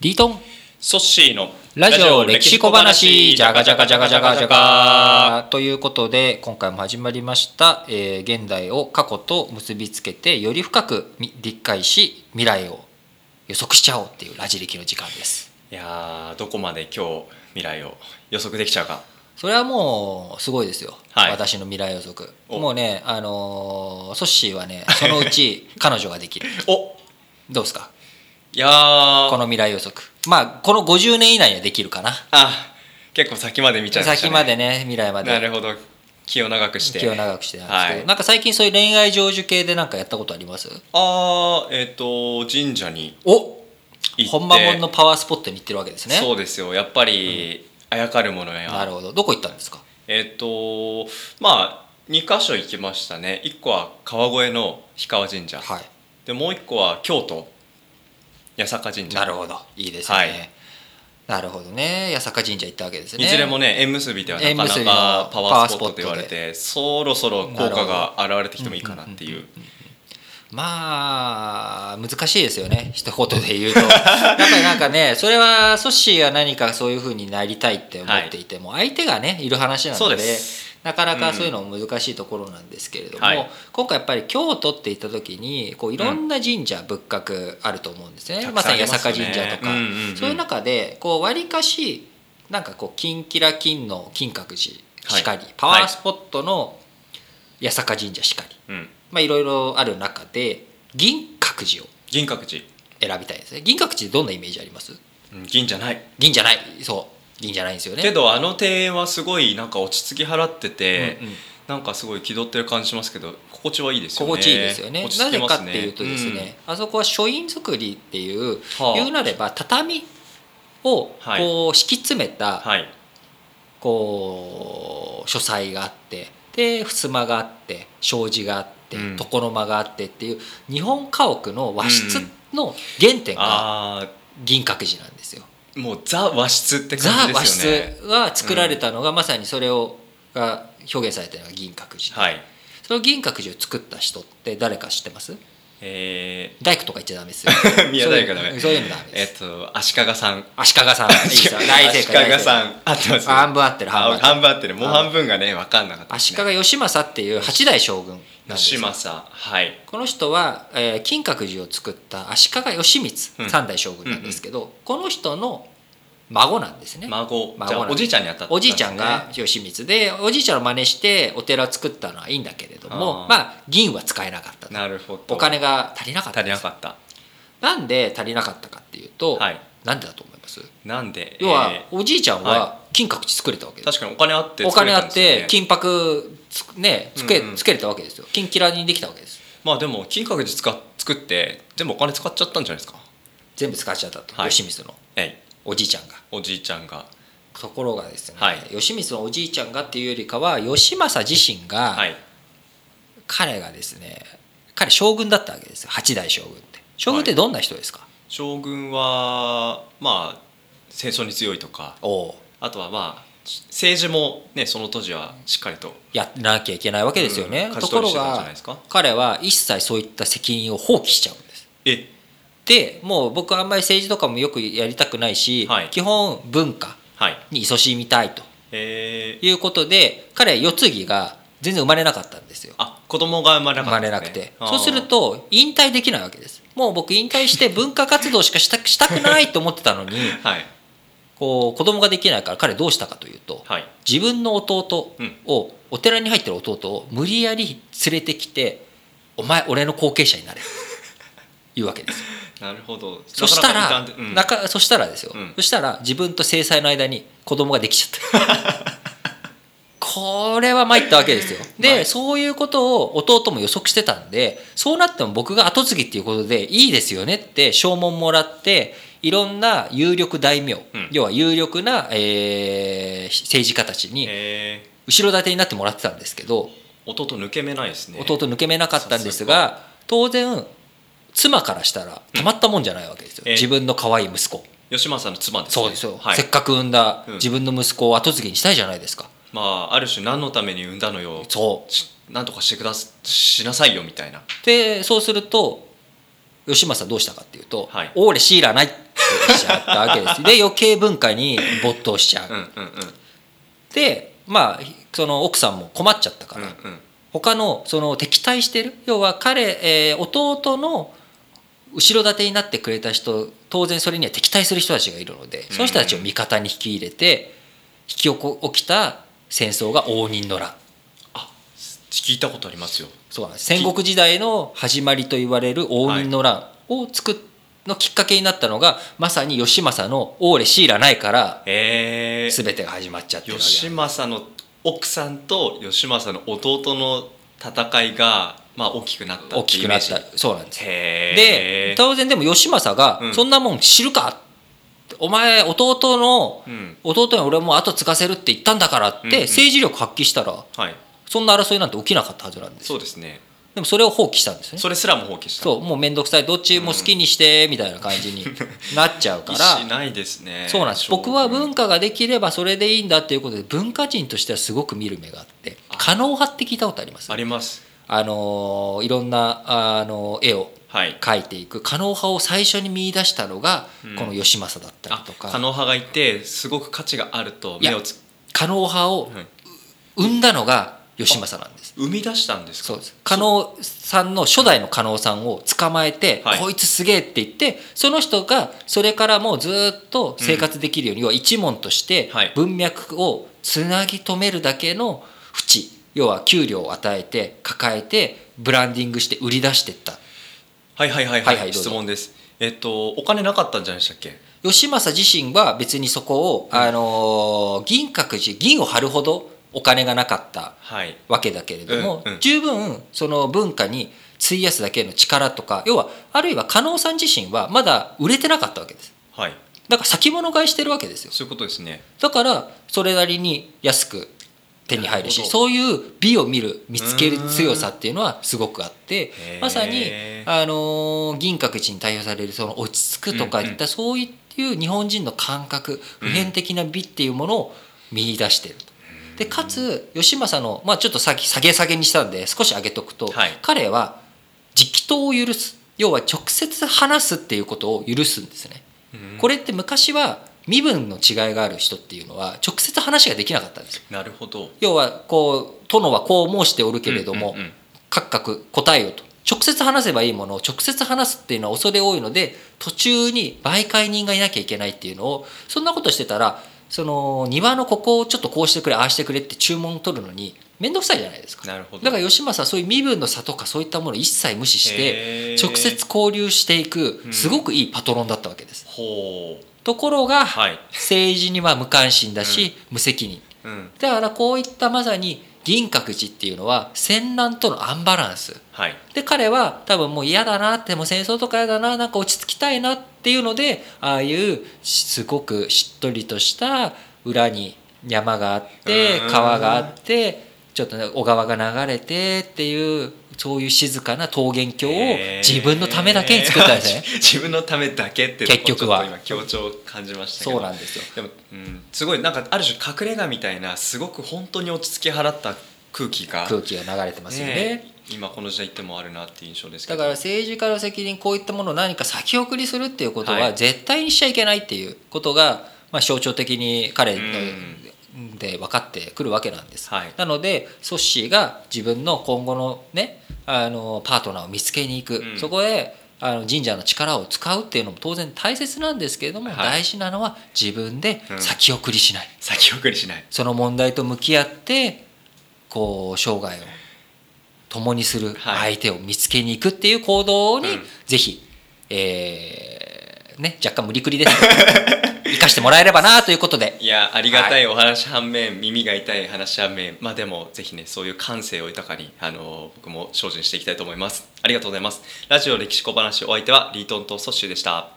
リートンソッシーのラジオ歴史小話じゃがじゃがじゃがじゃがじゃがということで今回も始まりました、えー現代を過去と結びつけてより深くみ理解し未来を予測しちゃおうっていうラジ歴の時間ですいやーどこまで今日未来を予測できちゃうかそれはもうすごいですよ、はい私の未来予測おもうねあのーソッシーはねそのう ち彼女ができるおどうですかいやーこの未来予測まあこの50年以内にはできるかなあ結構先まで見ちゃいました、先ね、までね未来までなるほど気を長くして気を長くしてなんですけど、はいなんか最近そういう恋愛成就系でなんかやったことありますあーえっ、と神社にお行って本間もんのパワースポットに行ってるわけですねそうですよやっぱり、あやかるものなやるほどどこ行ったんですかえっ、とまあ2箇所行きましたね1個は川越の氷川神社、はでもう1個は京都八坂神い社なるほどいいですね、はいなるほどね八坂神社行ったわけですねいずれもね縁結びではなかな縁結びのかパワースポットパと言ワわーれスポてそろそろ効果が現れてきてもいいかなっていうまあ難しいですよね一言で言うとやっぱりなんか ねそれはソッシーが何かそういうふうになりたいって思っていても、相手がねいる話なそのうでですなかなかそういうのも難しいところなんですけれども、はい今回やっぱり京都って言った時にこういろんな神社仏閣あると思うんですね、たくまささんあにり八ます坂ね神社とか、うんうんうんそういう中でこう割かしなんかこう金キラ金の金閣寺しかり、はいパワースポットの八坂神社しかり、うんまあ、いろいろある中で銀閣寺を銀閣寺選びたいですね銀閣寺どんなイメージありますうん銀じゃない銀じゃないそう銀じゃないんですよねけどあの庭園はすごいなんか落ち着き払っててうんうんなんかすごい気取ってる感じしますけど心地はいいですよね心地いいですよね落ちな着きぜまかすっねていうとですね、あそこは書院作りっていう、はあ言うなれば畳をはいこう敷き詰めうんたはいこう書斎があってで襖があって障子があってうん床の間があってっていう日本家屋の和室の原点があ銀閣寺なんですよ。ーもうザ和室って感ザじ和ですよね室が作られたのが、まさにそれをが表現されてるのが銀閣寺、はいその銀閣寺を作った人って誰か知ってますえ大工とか言っちゃダメですよー 宮大工だねそういうのそういうのダメでえす、っと足利さん足利さんいいですよ大正足解利さんん合ってます半分合ってる半分合ってるあ半分あってねもう半分がね分かんなかったです足ね利義政っていう八代将軍なんです義よ政はいこの人は、えー金閣寺を作った足利義う満ん三代将軍なんですけど、この人の孫なんですね孫孫じゃなんあでおすじいちゃんにあたったおでじすねいちゃんが義満でおじいちゃんを真似してお寺を作ったのはいいんだけれどもあーまあ銀は使えなかったとなるほどお金が足りなかったん足りでなすかったなんで足りなかったかっていうと、はいなんでだと思いますなんで要は、えおじいちゃんはは金閣寺作れたわけーです、確かにお金あってお作れ金あたんっですよねて金箔つくねつけ,、うんうんつけれたわけですよ金キラにできたわけですまあでも金閣寺使っ作って全部お金使っちゃったんじゃないですか全部使っちゃったと、はい義満のえいおじいちゃんがおじいちゃんがところがですね、はい義満のおじいちゃんがっていうよりかは義政自身が、はい彼がですね彼将軍だったわけですよ八代将軍って将軍ってどんな人ですか、将軍はまあ戦争に強いとかおおうあとはまあ政治もねその当時はしっかりとやらなきゃいけないわけですよね、うん勝とちこ取ろりしてたんじゃないがですか彼は一切そういった責任を放棄しちゃうんですえでもう僕あんまり政治とかもよくやりたくないし、はい基本文化はいに勤しみたいとえー、いうことで彼世継ぎが全然生まれなかったんですよあ子供が生まれな生かまったれんなでくすね、てあーそうすると引退できないわけですもう僕引退して文化活動しかしたしたくないと思ってたのにはいこう子供ができないから彼どうしたかというとはい自分の弟をお寺に入ってる弟を無理やり連れてきて「お前俺の後継者になれ」いうわけですよなるほどそしたなからなかうんなかそしたらですよ、うんそしたら自分と制裁の間に子供ができちゃった これは参ったわけですよで、参っそういうことを弟も予測してたんでそうなっても僕が後継ぎっていうことでいいですよねって証文もらっていろんな有力大名、ん要は有力な、えー政治家たちにえー後ろ盾になってもらってたんですけど、弟抜け目ないですね弟抜け目なかったんですが当然妻からしたらたまったもんじゃないわけですよ、ええ自分の可愛い息子吉政の妻です、ね、そうですよ、はいせっかく産んだうん自分の息子を後継ぎにしたいじゃないですか、まあある種何のために産んだのよそうしなんとかしてくだすしなさいよみたいなでそうすると吉政どうしたかっていうとは「いオーレシーラない!」って言っちゃったわけ ですで余計文化に没頭しちゃううんうんうんでまあその奥さんも困っちゃったから、うんうん他のその敵対してる要は彼、えー弟の後ろ盾になってくれた人当然それには敵対する人たちがいるのでその人たちを味方に引き入れて引き起こ起きた戦争が応仁の乱あ聞いたことありますよそうなんです戦国時代の始まりと言われる応仁の乱を作っのきっかけになったのがまさに義政の「オーレシーラない」からえー、全てが始まっちゃってるわけなんです義政の奥さんと義政の弟の戦いがまあ大きくなった大ってきいうくイなメっージたそうなんですへで当然でも義政がう「んそんなもん知るかお前弟のでうん弟に俺も後継がせるって言ったんだから」っうんうんて政治力発揮したらはいそんな争いなんて起きなかったはずなんですそようですねでもそれを放棄したんですよねそれすらも放棄したそうもう面倒くさいどっちも好きにしてみたいな感じになっちゃうか 意ら思ないですねそうなんです将軍僕は文化ができればそれでいいんだっていうことで文化人としてはすごく見る目があって可能派って聞いたことありますありますあのーいろんなあのー絵をはい書いていく可能派を最初に見出したのがうんこの義政だったりあとか、狩野派がいてすごく価値があると目をつ可能派をはい生んだのが義政なんです。生み出したんですかそうです加納さんの初代の加納さんを捕まえて、はいこいつすげえって言ってその人がそれからもうずーっと生活できるように、要は一門としてはい文脈をつなぎ止めるだけの淵要は給料を与えて抱えてブランディングして売り出していったはいはいはいははいい、はいどうぞ質問ですえっとお金なかったんじゃないでしたっけ義政自身は別にそこを、あのー銀閣寺銀を張るほどお金がなかったはいわけだけれども、うんうん十分その文化に費やすだけの力とか要はあるいは加納さん自身はまだ売れてなかったわけですはいだから先物買いしてるわけですよそういうことですねだからそれなりに安く手に入るなしるほそういう美を見る見つける強さっていうのはすごくあってへーまさに、あのー銀閣寺に代表されるその落ち着くとかいった、うんうそういう日本人の感覚うん普遍的な美っていうものを見出してると。でかつ義政の、まあ、ちょっとさっき下げ下げにしたんで少し上げとくと、はい彼は直答を許す要は直接話すっていうことを許すんですね。うんこれって昔は身分の違いがある人っていうのは直接話ができなかったんですよなるほど要はこう殿はこう申しておるけれども、うんうんうん各々答えよと直接話せばいいものを直接話すっていうのは恐れ多いので途中に媒介人がいなきゃいけないっていうのをそんなことしてたらその庭のここをちょっとこうしてくれああしてくれって注文を取るのに面倒くさいじゃないですか。なるほどだから吉政はそういう身分の差とかそういったものを一切無視してへー直接交流していくうんすごくいいパトロンだったわけです。ほうところが、はい政治には無関心だし、無責任うんだからこういったまさに銀閣寺っていうのは戦乱とのアンバランスはいで彼は多分もう嫌だなってもう戦争とか嫌だななんか落ち着きたいなっていうのでああいうすごくしっとりとした裏に山があってうん川があってちょっとね小川が流れてっていうそういう静かな桃源郷をへー自分のためだけに作ったんですね 自分のためだけっていうとこ結局はちょっと今強調を感じましたけどそうなんですよでも、うん、すごいなんかある種隠れ家みたいなすごく本当に落ち着き払った空気が空気が流れてますよねえ今この時代ってもあるなっていう印象ですけだどから政治家の責任こういったものを何か先送りするっていうことははい絶対にしちゃいけないっていうことが、まあ、象徴的に彼ので分かってくるわけなんです、はいなのでソッシーが自分の今後のねあのパートナーを見つけに行く、うんそこへあの神社の力を使うっていうのも当然大切なんですけれども、はい大事なのは自分でうん先送りしない、先送りしないその問題と向き合ってこう生涯を共にするはい相手を見つけに行くっていう行動に、うんぜひ、えーね、若干無理くりです けど生かしてもらえればなということでいやありがたいお話反面、耳が痛い話反面まあでもぜひねそういう感性を豊かにあの僕も精進していきたいと思いますありがとうございますラジオ歴史小話お相手はリートンとソッシュでした